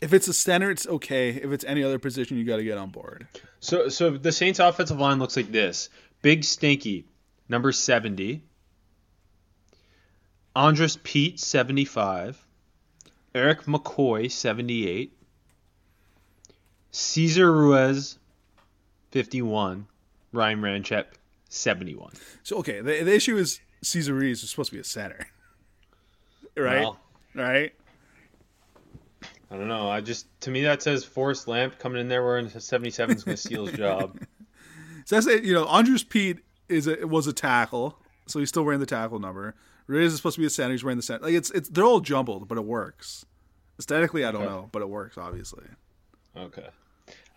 S3: If it's a center, it's okay. If it's any other position, you got to get on board.
S2: So so the Saints offensive line looks like this. Big Stinky, number 70. Andres Pete, 75. Eric McCoy, 78. Cesar Ruiz, 51. Ryan Ranchep, 71.
S3: So okay, the, the issue is Cesar Ruiz is supposed to be a center, right?
S2: Well,
S3: Right?
S2: I don't know. I just to me that says Forrest Lamp coming in there wearing 77 is going to steal his job.
S3: So that's it. You know, Andrews Pete is a, was a tackle, so he's still wearing the tackle number. Ruiz is supposed to be a center. He's wearing the center. Like it's it's they're all jumbled, but it works. Aesthetically, I don't
S2: Okay.
S3: know, but it works obviously.
S2: Okay.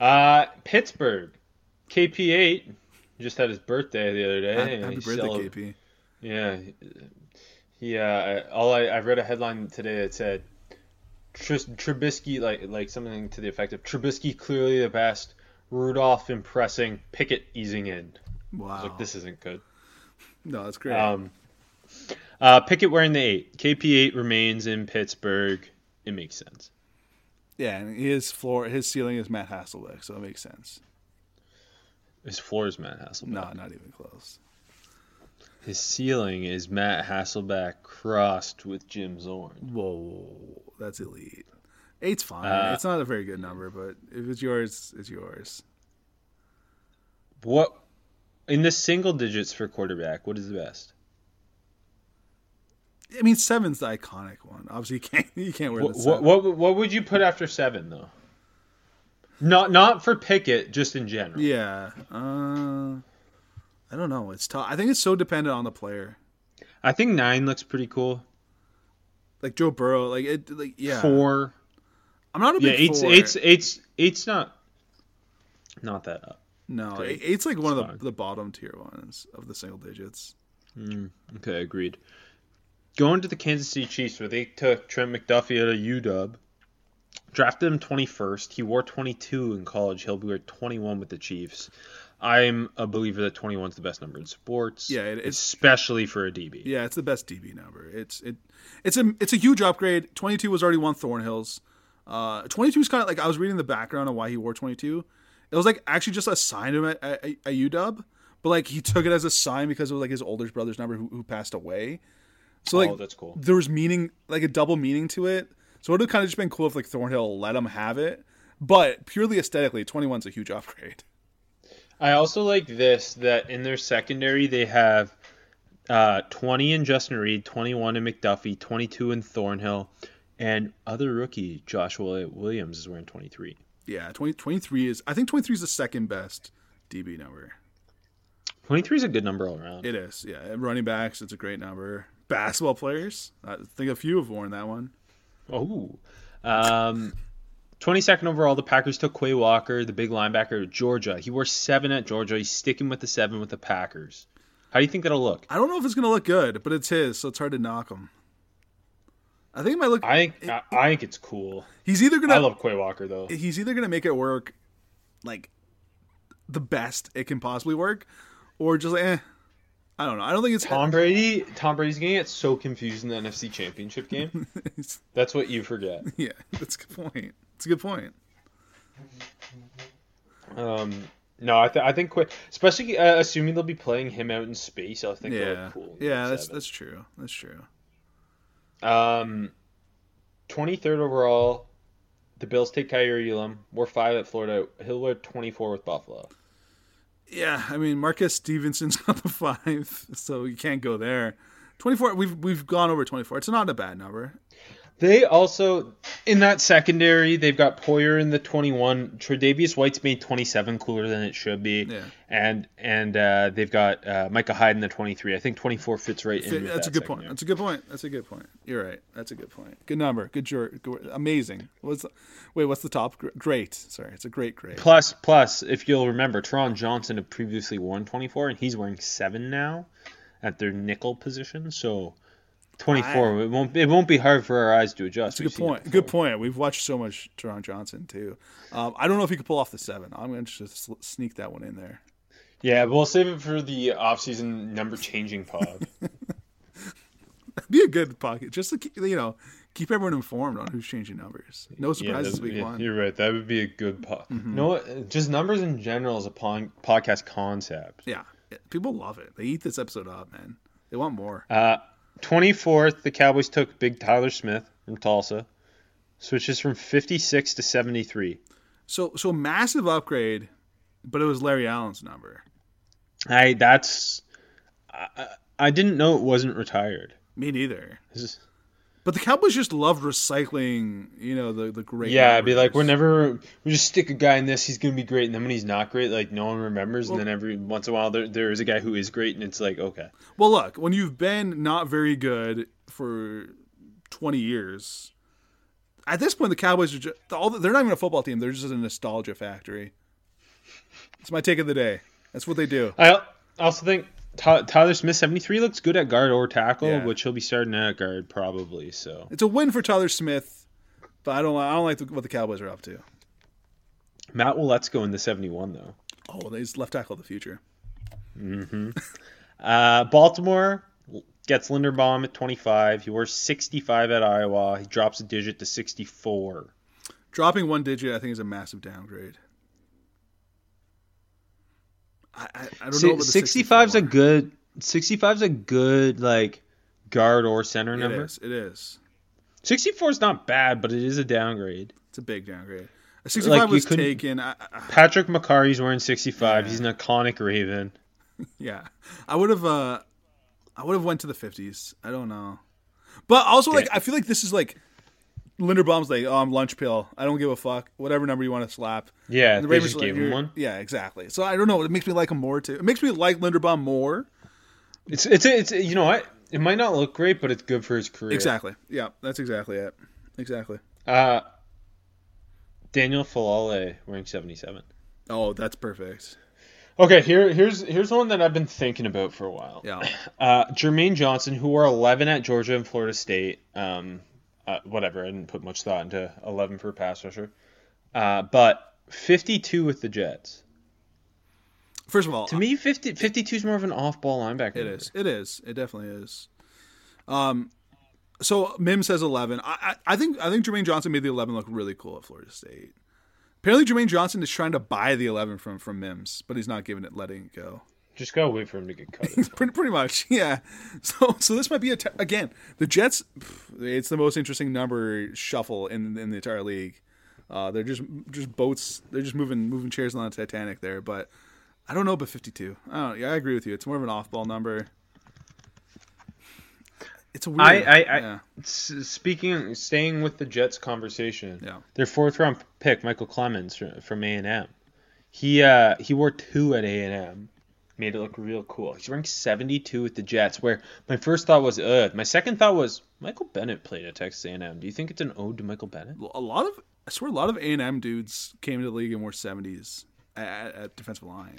S2: Uh, Pittsburgh, KP8 just had his birthday the other day.
S3: Happy,
S2: and
S3: happy
S2: he's
S3: birthday,
S2: cele-
S3: KP.
S2: Yeah. Yeah. I- All I, I read a headline today that said Tris, Trubisky, like like something to the effect of Trubisky clearly the best, Rudolph impressing, Pickett easing in. I
S3: Wow.
S2: was like, this isn't good.
S3: no, that's great.
S2: Um, uh, Pickett wearing the eight. KP8 remains in Pittsburgh. It makes sense.
S3: yeah, and his floor, his ceiling is Matt Hasselbeck, so it makes sense.
S2: His floor is Matt Hasselbeck.
S3: No, not even close.
S2: His ceiling is Matt Hasselback crossed with Jim Zorn.
S3: Whoa, that's elite. Eight's fine.
S2: Uh,
S3: it's not a very good number, but if it's yours, it's yours.
S2: What in the single digits for quarterback? What is the best?
S3: I mean, seven's the iconic one. Obviously, you can't you can't wear
S2: What,
S3: the seven.
S2: what what would you put after seven though? Not not for Pickett, just in general.
S3: Yeah, uh, I don't know. It's tough. I think it's so dependent on the player.
S2: I think nine looks pretty cool.
S3: Like Joe Burrow, like it, like yeah.
S2: Four.
S3: I'm not a
S2: Yeah,
S3: big
S2: eight's
S3: four.
S2: eight's eight's eight's not not that up.
S3: no,
S2: okay.
S3: eight- eight's like one
S2: It's
S3: of
S2: fine.
S3: the, the bottom tier ones of the single digits.
S2: Okay, agreed. Going to the Kansas City Chiefs, where they took Trent McDuffie out of UW, drafted him 21st. He wore 22 in college. He'll be wear 21 with the Chiefs. I'm a believer that 21 is the best number in sports.
S3: Yeah, it- it's-
S2: especially for a DB.
S3: Yeah, it's the best DB number. It's it, it's a it's a huge upgrade. Twenty two was already one Thornhill's. Uh, twenty two is kind of like I was reading the background on why he wore twenty two. It was like actually just assigned him at, at, at UW, but like he took it as a sign because it was like his older brother's number who, who passed away. So like
S2: oh, that's cool.
S3: there was meaning like a double meaning to it. So it would have kind of just been cool if like Thornhill let him have it. But purely aesthetically, 21's a huge upgrade.
S2: I also like this that in their secondary they have uh, 20 in Justin Reed, 21 in McDuffie, 22 in Thornhill, and other rookie Joshua Williams is wearing 23.
S3: Yeah, 20, 23 is I think 23 is the second best DB number.
S2: 23 is a good number all around.
S3: It is, yeah. And Running backs, it's a great number. Basketball players, I think a few have worn that one.
S2: Oh. Um, 22nd overall, the Packers took Quay Walker, the big linebacker of Georgia. He wore seven at Georgia. He's sticking with the seven with the Packers. How do you think that'll look?
S3: I don't know if it's gonna look good, but it's his, so it's hard to knock him. I think it might look.
S2: I think, I, I think it's cool.
S3: he's either gonna
S2: I love Quay Walker, though.
S3: he's either gonna make it work, like the best it can possibly work, or just like eh. I don't know. I don't think it's
S2: Tom Brady, Tom Brady's going to get so confused in the NFC Championship game. That's what you forget.
S3: yeah, that's a good point. It's a good point.
S2: Um, no, I, th- I think Quay, especially uh, assuming they'll be playing him out in space, I think it'll
S3: Yeah,
S2: look cool. in
S3: yeah, that's
S2: seven.
S3: that's true. That's true.
S2: Um, 23rd overall, the Bills take Kyrie Elam. We're five at Florida. Hillwood 24 with Buffalo.
S3: Yeah, I mean Marcus Stevenson's on the five, so you can't go there. Twenty four. We've we've gone over twenty four. It's not a bad number.
S2: They also in that secondary they've got Poyer in the 21. Tre'Davious White's made 27 cooler than it should be,
S3: Yeah.
S2: and and uh, they've got uh, Micah Hyde in the 23. I think 24 fits right in.
S3: Fit-
S2: with
S3: That's a
S2: that
S3: good point.
S2: secondary.
S3: That's a good point. That's a good point. You're right. That's a good point. Good number. Good jerk. Good- Amazing. What's wait? What's the top? Gr- Great. Sorry, it's a great grade.
S2: Plus, plus, if you'll remember, Teron Johnson had previously worn 24, and he's wearing seven now at their nickel position. So 24, it won't it won't be hard for our eyes to adjust.
S3: That's a good point. Good point. We've watched so much Teron Johnson too. Um, I don't know if he could pull off the seven. I'm going to just sl- sneak that one in there.
S2: Yeah, we'll save it for the offseason number changing pod.
S3: Be a good pocket. Just to keep, you know, keep everyone informed on who's changing numbers. No surprises
S2: that-
S3: week
S2: yeah,
S3: one.
S2: You're right. That would be a good pod.
S3: Mm-hmm.
S2: No, what? just numbers in general is a pon- podcast concept.
S3: Yeah, people love it. They eat this episode up, man. They want more.
S2: Uh, 24th, the Cowboys took Big Tyler Smith from Tulsa, switches from 56 to 73.
S3: So so massive upgrade, but it was Larry Allen's number.
S2: I that's I, I I didn't know it wasn't retired.
S3: Me neither.
S2: This is-
S3: But the Cowboys just love recycling. You know the the great.
S2: yeah, I'd be like,
S3: numbers.
S2: we're never we just stick a guy in this, he's gonna be great, and then when he's not great, like no one remembers, and then every once in a while there there is a guy who is great, and it's like okay,
S3: Well, look, when you've been not very good for 20 years, at this point, the Cowboys are just, all, they're not even a football team. They're just a nostalgia factory. It's my take of the day. That's what they do.
S2: I also think Ty- Tyler Smith seventy three looks good at guard or tackle,
S3: Yeah.
S2: which he'll be starting at guard probably. So
S3: It's a win for Tyler Smith, but I don't, I don't like the, what the Cowboys are up to.
S2: Matt will let's go in the seventy one though.
S3: Oh, they just left tackle of the future.
S2: Uh, Baltimore gets Linderbaum at twenty five. He wears sixty five at Iowa. He drops a digit to sixty four.
S3: Dropping one digit, I think, is a massive downgrade. I, I, I don't know. About the
S2: 65's a
S3: 64.
S2: good 65's a good like guard or center
S3: It
S2: number.
S3: is. It is.
S2: 64 is not bad, but it is a downgrade.
S3: It's a big downgrade. A 65
S2: you
S3: was
S2: couldn't-
S3: taken. I, I,
S2: Patrick McCarry's wearing 65. He's an iconic Raven.
S3: yeah, I would have. uh I would have went to the 50s. I don't know, but also like
S2: Yeah.
S3: I feel like this is like Linderbaum's like, oh, I'm lunch pill. I don't give a fuck. Whatever number you want to slap.
S2: Yeah,
S3: And
S2: they
S3: Ravens
S2: just
S3: are like,
S2: gave him
S3: "You're-"
S2: one.
S3: Yeah, exactly. So I don't know. It makes me like him more too. It makes me like Linderbaum more.
S2: It's it's it's you know what? It might not look great, but it's good for his career.
S3: Exactly. Yeah, that's exactly it. Exactly.
S2: Uh, Daniel Falale wearing 77.
S3: Oh, that's perfect.
S2: Okay, here here's here's one that I've been thinking about for a while.
S3: Yeah.
S2: Uh, Jermaine Johnson, who were 11 at Georgia and Florida State. Um, uh, whatever, I didn't put much thought into 11 for a pass rusher. Uh, but 52 with the Jets.
S3: First of all,
S2: To me, 50, 52 is more of an off-ball linebacker.
S3: It is. It is. It definitely is. Um, so Mim says eleven. I, I I think I think Jermaine Johnson made the eleven look really cool at Florida State. Apparently, Jermaine Johnson is trying to buy the eleven from from Mims, but he's not giving it, letting it go.
S2: Just gotta wait for him to get cut.
S3: Pretty, pretty much, yeah. So so this might be a t- again the Jets. pff, It's the most interesting number shuffle in in the entire league. Uh, they're just just boats. They're just moving moving chairs on the Titanic there, but. I don't know, but fifty-two. I don't. Yeah, I agree with you. It's more of an off-ball number. It's a weird.
S2: I, I, I
S3: yeah.
S2: s- speaking, staying with the Jets conversation.
S3: Yeah.
S2: Their fourth round pick, Michael Clemens fr- from A and M. He uh he wore two at A and M, made it look real cool. He's ranked seventy two with the Jets. Where my first thought was, ugh. My second thought was, Michael Bennett played at Texas A and M. Do you think it's an ode to Michael Bennett?
S3: a lot of I swear a lot of A and M dudes came to the league and wore seventies at, at defensive line.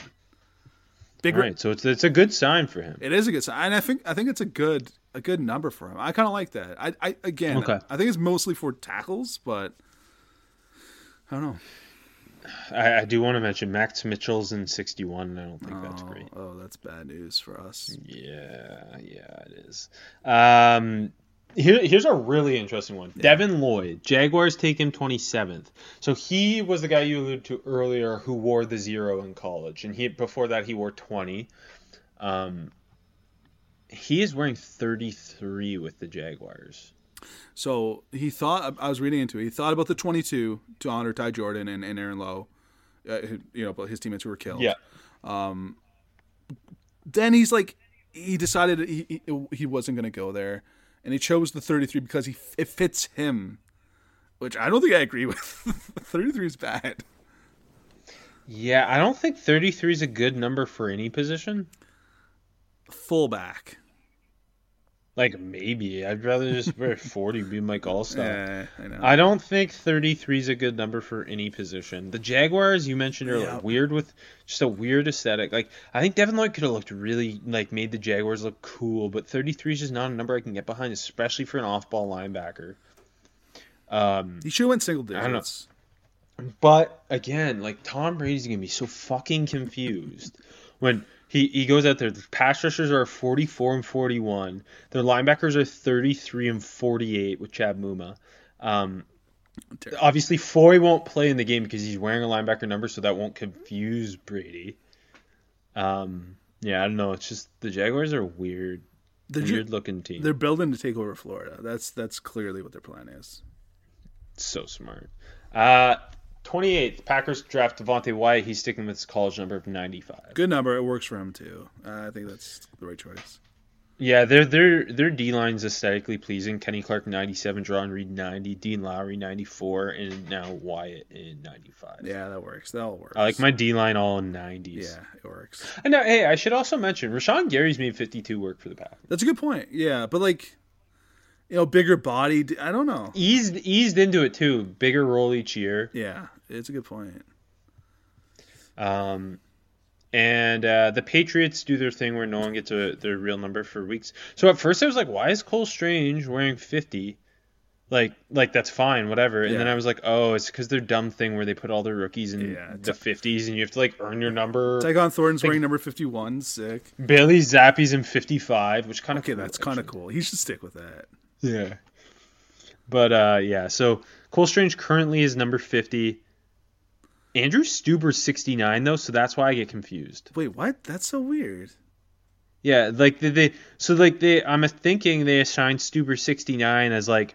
S3: Big
S2: All right, so it's it's a good sign for him.
S3: It is a good sign, and I think I think it's a good a good number for him. I kind of like that. I, I again,
S2: Okay.
S3: I think it's mostly for tackles, but I don't know.
S2: I, I do want to mention Max Mitchell's in sixty one, and I don't think that's great.
S3: Oh, oh, that's bad news for us.
S2: Yeah, yeah, it is. Um, here, here's a really interesting one. Devin Lloyd, Jaguars take him 27th. So he was the guy you alluded to earlier who wore the zero in college, and he before that he wore 20. Um, he is wearing 33 with the Jaguars.
S3: So he thought I was reading into it. He thought about the 22 to honor Ty Jordan and, and Aaron Lowe, uh, who- you know, but his teammates who were killed.
S2: Yeah.
S3: Then he's like, he decided he he, he wasn't going to go there, and he chose the 33 because he it fits him, which I don't think I agree with. 33 is bad.
S2: Yeah, I don't think 33 is a good number for any position.
S3: Fullback.
S2: Like maybe I'd rather just wear 40 be Mike Allstar.
S3: Yeah, I know.
S2: I don't think 33 is a good number for any position. The Jaguars, you mentioned earlier,
S3: Yeah.
S2: weird with just a weird aesthetic. Like I think Devin Lloyd could have looked really like made the Jaguars look cool, but 33 is just not a number I can get behind, especially for an off-ball linebacker.
S3: he should have went single
S2: don't know.
S3: digits.
S2: But again, like Tom Brady's gonna be so fucking confused when he, he goes out there. The pass rushers are 44 and 41. Their linebackers are 33 and 48 with Chad Muma. Um,
S3: Terrible.
S2: obviously, Foy won't play in the game because he's wearing a linebacker number, so that won't confuse Brady. Um, yeah, I don't know. It's just the Jaguars are a weird,
S3: They're, ju-
S2: weird looking team.
S3: they're building to take over Florida. That's that's clearly what their plan is.
S2: So smart. Uh, 28th, Packers draft Devontae Wyatt. He's sticking with his college number of 95.
S3: Good number. It works for him too. Uh, I think that's the right choice.
S2: Yeah, their their their D line's aesthetically pleasing. Kenny Clark ninety seven, John Reed ninety, Dean Lowry ninety four, and now Wyatt in ninety five.
S3: Yeah, that works. That all works.
S2: I like my D line all in nineties.
S3: Yeah, it works.
S2: And now, hey, I should also mention Rashawn Gary's made fifty two work for the Packers.
S3: That's a good point. Yeah, but like, you know, bigger body. d- I don't know.
S2: Eased eased into it too. Bigger role each year.
S3: Yeah, it's a good point.
S2: Um, and uh, the Patriots do their thing where no one gets a, their real number for weeks. So at first I was like, why is Cole Strange wearing 50? Like, like that's fine, whatever. And then
S3: Yeah.
S2: I was like, oh, it's because their dumb thing where they put all their rookies in
S3: Yeah,
S2: the 50s and you have to like earn your number.
S3: Tygon Thornton's wearing number fifty-one. Sick.
S2: Bailey Zappi's in 55, which kind of
S3: Okay, that's kind of cool. He should stick with that.
S2: yeah. But uh, yeah, so Cole Strange currently is number 50. Andrew Stuber's 69 though, so that's why I get confused.
S3: Wait, what? That's so weird.
S2: Yeah, like they, they so like they I'm thinking they assigned Stuber 69 as like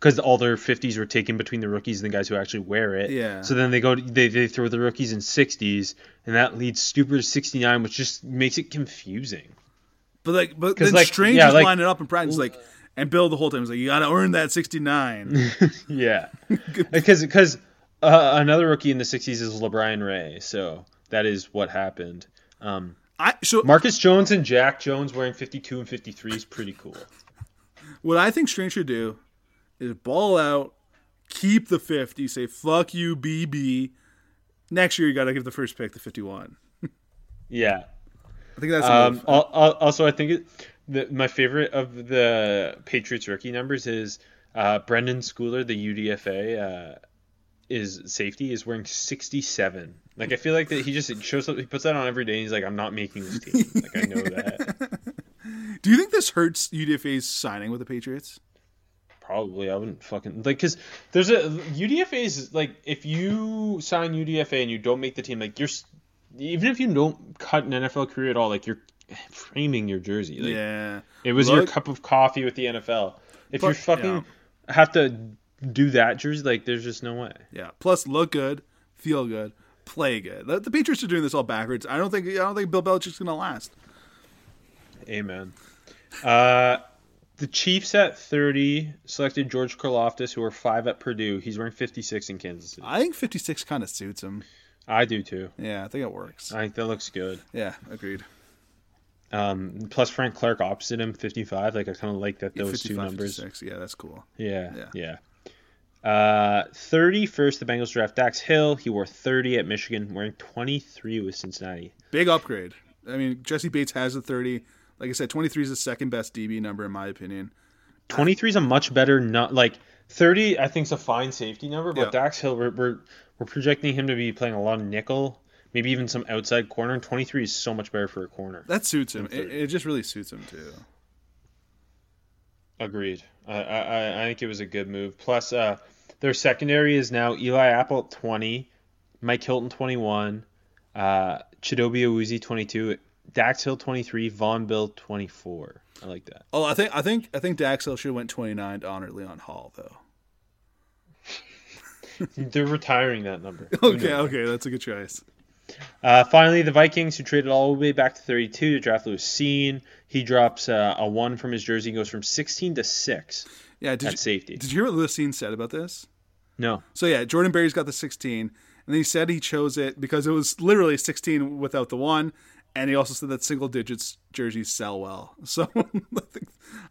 S2: because all their 50s were taken between the rookies and the guys who actually wear it.
S3: Yeah.
S2: So then they go they they throw the rookies in 60s and that leads Stuber to 69 which just makes it confusing.
S3: But like, but
S2: 'Cause,
S3: then
S2: like,
S3: Strange
S2: yeah,
S3: is
S2: like-
S3: lining up in practice, like, and Bill the whole time is like, you gotta earn that sixty-nine.
S2: Yeah. Because because uh, another rookie in the 60s is LeBron Ray, so that is what happened. Um,
S3: I so
S2: Marcus Jones and Jack Jones wearing 52 and 53 is pretty cool.
S3: What I think Strange should do is ball out, keep the 50, say, fuck you, BB. Next year, you got to give the first pick the 51.
S2: Yeah.
S3: I think that's
S2: Um,
S3: enough.
S2: al- al- also, I think it, the, my favorite of the Patriots rookie numbers is uh, Brendan Schooler, the UDFA, uh, is safety is wearing 67. Like I feel like that he just shows up, he puts that on every day. And he's like, I'm not making this team. Like I know that.
S3: Do you think this hurts UDFA's signing with the Patriots?
S2: Probably I wouldn't fucking like because there's a UDFA is like if you sign UDFA and you don't make the team, like you're s- even if you don't cut an NFL career at all, like you're framing your jersey. Like,
S3: yeah.
S2: It was your
S3: Look-
S2: cup of coffee with the NFL. If you
S3: But-
S2: fucking have to do that jersey, like there's just no way.
S3: Yeah. Plus, look good, feel good, play good. The, the Patriots are doing this all backwards. I don't think I don't think Bill Belichick's going to last.
S2: Amen. Uh, the Chiefs at 30 selected George Karloftis, who are five at Purdue. He's wearing 56 in Kansas City.
S3: I think 56 kind of suits him.
S2: I do too.
S3: Yeah, I think it works.
S2: I think that looks good.
S3: Yeah, agreed.
S2: Um, plus Frank Clark opposite him, 55. Like I kind of like that those two
S3: 55,
S2: numbers.
S3: 56. Yeah, that's cool.
S2: Yeah, yeah. Uh, 30 first, the Bengals draft Dax Hill. He wore 30 at Michigan, wearing 23 with Cincinnati.
S3: Big upgrade. I mean, Jesse Bates has a 30. Like I said, 23 is the second best DB number in my opinion.
S2: 23 is a much better not like 30 i think is a fine safety number but
S3: Yeah.
S2: dax hill we're, we're we're projecting him to be playing a lot of nickel maybe even some outside corner and 23 is so much better for a corner
S3: That suits him. It, it just really suits him too.
S2: agreed i i I- i think it was a good move plus uh their secondary is now eli apple at 20 mike hilton 21 uh chidobe Awuzie 22 Dax Hill 23, Von Bill 24. I like that.
S3: Oh, I think I think I think Daxel should have went 29 to honor Leon Hall though.
S2: They're retiring that number. Who
S3: Okay,
S2: knew?
S3: okay, that's a good choice.
S2: Uh, finally, the Vikings, who traded all the way back to 32 to draft Lewis Seen. He drops uh, a one from his jersey and goes from 16 to 6.
S3: Yeah, did
S2: At
S3: you,
S2: safety.
S3: Did you hear what Lucine said about this?
S2: No.
S3: So yeah, Jordan Berry's got the 16, and then he said he chose it because it was literally 16 without the one, and he also said that single digits jerseys sell well. So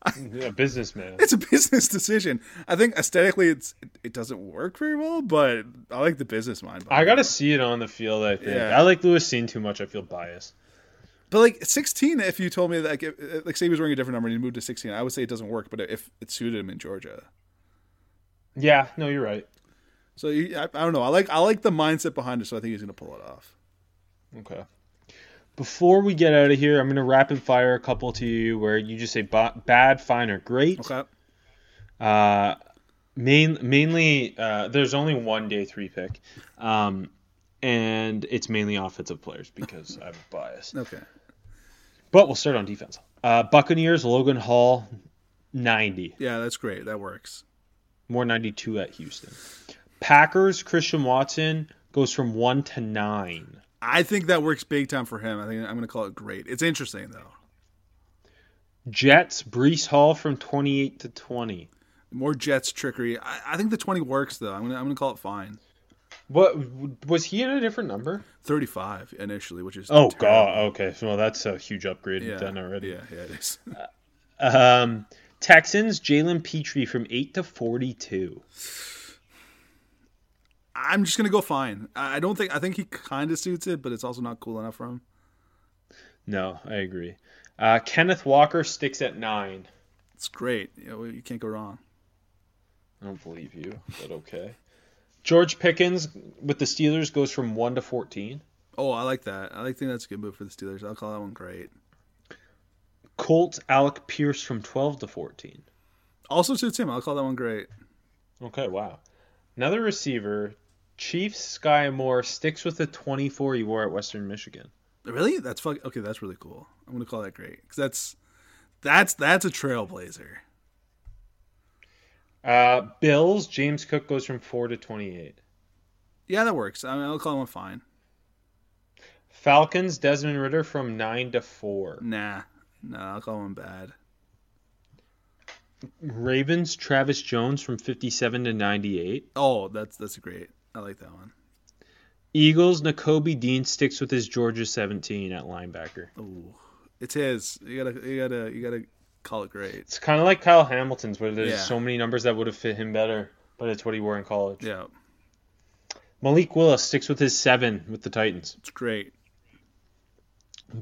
S3: I think
S2: A businessman.
S3: it's a business decision. I think aesthetically, it's it doesn't work very well, but I like the business mind. behind
S2: I got to see it on the field, I think.
S3: Yeah.
S2: I like Lewis Seen too much. I feel biased.
S3: But like 16, if you told me like if, like say he was wearing a different number and he moved to 16, I would say it doesn't work. But if it suited him in Georgia,
S2: Yeah, no, you're right.
S3: so you, I, I don't know. I like I like the mindset behind it, so I think he's gonna pull it off.
S2: Okay. Before we get out of here, I'm going to rapid fire a couple to you where you just say ba- bad, fine, or great.
S3: Okay.
S2: Uh, main, mainly, uh, there's only one day three pick, um, and it's mainly offensive players because I'm biased.
S3: Okay.
S2: But we'll start on defense. Uh, Buccaneers, Logan Hall, 90.
S3: Yeah, that's great. That works.
S2: More 92 at Houston. Packers, Christian Watson goes from 1 to 9.
S3: I think that works big time for him. I think I'm gonna call it great. It's interesting though.
S2: Jets, Brees Hall from 28 to 20.
S3: More Jets trickery. I, I think the 20 works though. I'm gonna I'm gonna call it fine.
S2: What was he at a different number?
S3: 35 initially, which is
S2: Oh
S3: terrible.
S2: god, okay. So well, that's a huge upgrade
S3: Yeah,
S2: yeah. done already.
S3: Yeah, yeah, it is.
S2: Um Texans, Jalen Petrie from 8 to 42.
S3: I'm just gonna go fine. I I don't think I think he kind of suits it, but it's also not cool enough for him.
S2: No, I agree. Uh, Kenneth Walker sticks at 9.
S3: It's great. You, know, you can't go wrong.
S2: I don't believe you, but okay. George Pickens with the Steelers goes from 1 to 14.
S3: Oh, I like that. I like think that's a good move for the Steelers. I'll call that one great.
S2: Colts, Alec Pierce from 12 to 14.
S3: Also suits him. I'll call that one great.
S2: Okay, wow. Another receiver, Chiefs Sky Moore sticks with the 24 he wore at Western Michigan.
S3: Really? That's fuck. Okay, that's really cool. I'm gonna call that great because that's that's that's a trailblazer.
S2: Uh, Bills, James Cook goes from 4 to 28.
S3: Yeah, that works. I mean, I'll call that one fine.
S2: Falcons, Desmond Ritter from 9 to 4.
S3: Nah, no, I'll call one bad.
S2: Ravens, Travis Jones from 57 to 98.
S3: Oh, that's that's great. I like that one.
S2: Eagles, N'Kobe Dean sticks with his Georgia 17 at linebacker.
S3: Ooh, it's his. You gotta you gotta you gotta call it great.
S2: It's kind of like Kyle Hamilton's, where there's
S3: Yeah.
S2: so many numbers that would have fit him better, but it's what he wore in college.
S3: Yeah,
S2: Malik Willis sticks with his 7 with the Titans.
S3: it's great.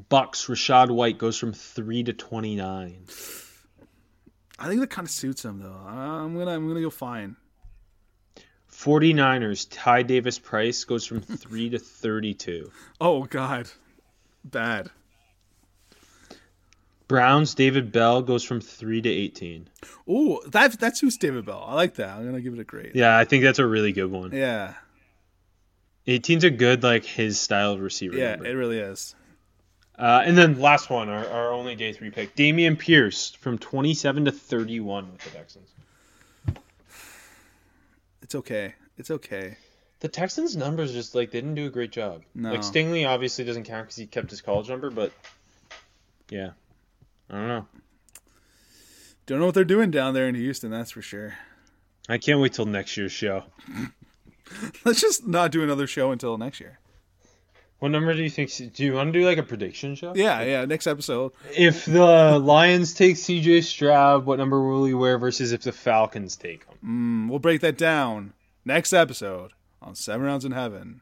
S2: Bucks, Rashad White goes from 3 to 29.
S3: I think that kind of suits him though. I'm gonna I'm gonna go fine.
S2: 49ers, Ty Davis Price goes from 3 to 32.
S3: Oh God, bad.
S2: Browns, David Bell goes from 3 to 18.
S3: Ooh, that that suits David Bell. I like that. I'm gonna give it a great.
S2: Yeah, I think that's a really good one.
S3: Yeah,
S2: 18's a good, like, his style of receiver.
S3: yeah,
S2: number.
S3: it really is.
S2: Uh, and then last one, our, our only day three pick, Damian Pierce from 27 to 31 with the Texans.
S3: It's okay. It's okay.
S2: The Texans' numbers just like they didn't do a great job.
S3: No.
S2: Like Stingley obviously doesn't count because he kept his college number, but yeah, I don't know.
S3: Don't know what they're doing down there in Houston. That's for sure.
S2: I can't wait till next year's show.
S3: Let's just not do another show until next year.
S2: What number do you think? Do you want to do like a prediction show?
S3: Yeah, yeah. Next episode.
S2: If the Lions take C.J. Stroud, what number will he wear? Versus if the Falcons take him.
S3: Mm, We'll break that down next episode on Seven Rounds in Heaven.